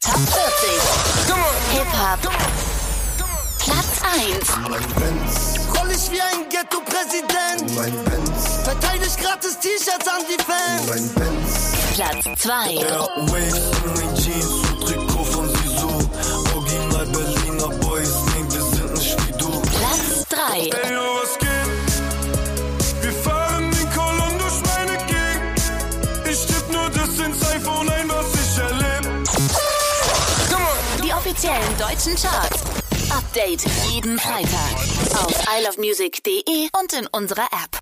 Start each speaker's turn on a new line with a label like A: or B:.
A: Top 40. Hip-Hop. Platz 1.
B: Mein Benz,
C: Roll ich wie ein Ghetto-Präsident.
B: mein Benz,
C: Verteidig gratis T-Shirts an die Fans.
B: mein Benz.
A: Platz 2.
D: Airwaves, Slim Jeans, so Trikot von Sisu. Original Berliner Boys, nee, wir sind nicht wie du.
A: Platz 3.
D: Ey, yo, was geht? Wir fahren den Kolon durch meine Gegend. Ich tipp nur das ins iPhone ein, was ich erleb.
A: Die offiziellen deutschen Charts. Update jeden Freitag auf isleofmusic.de und in unserer App.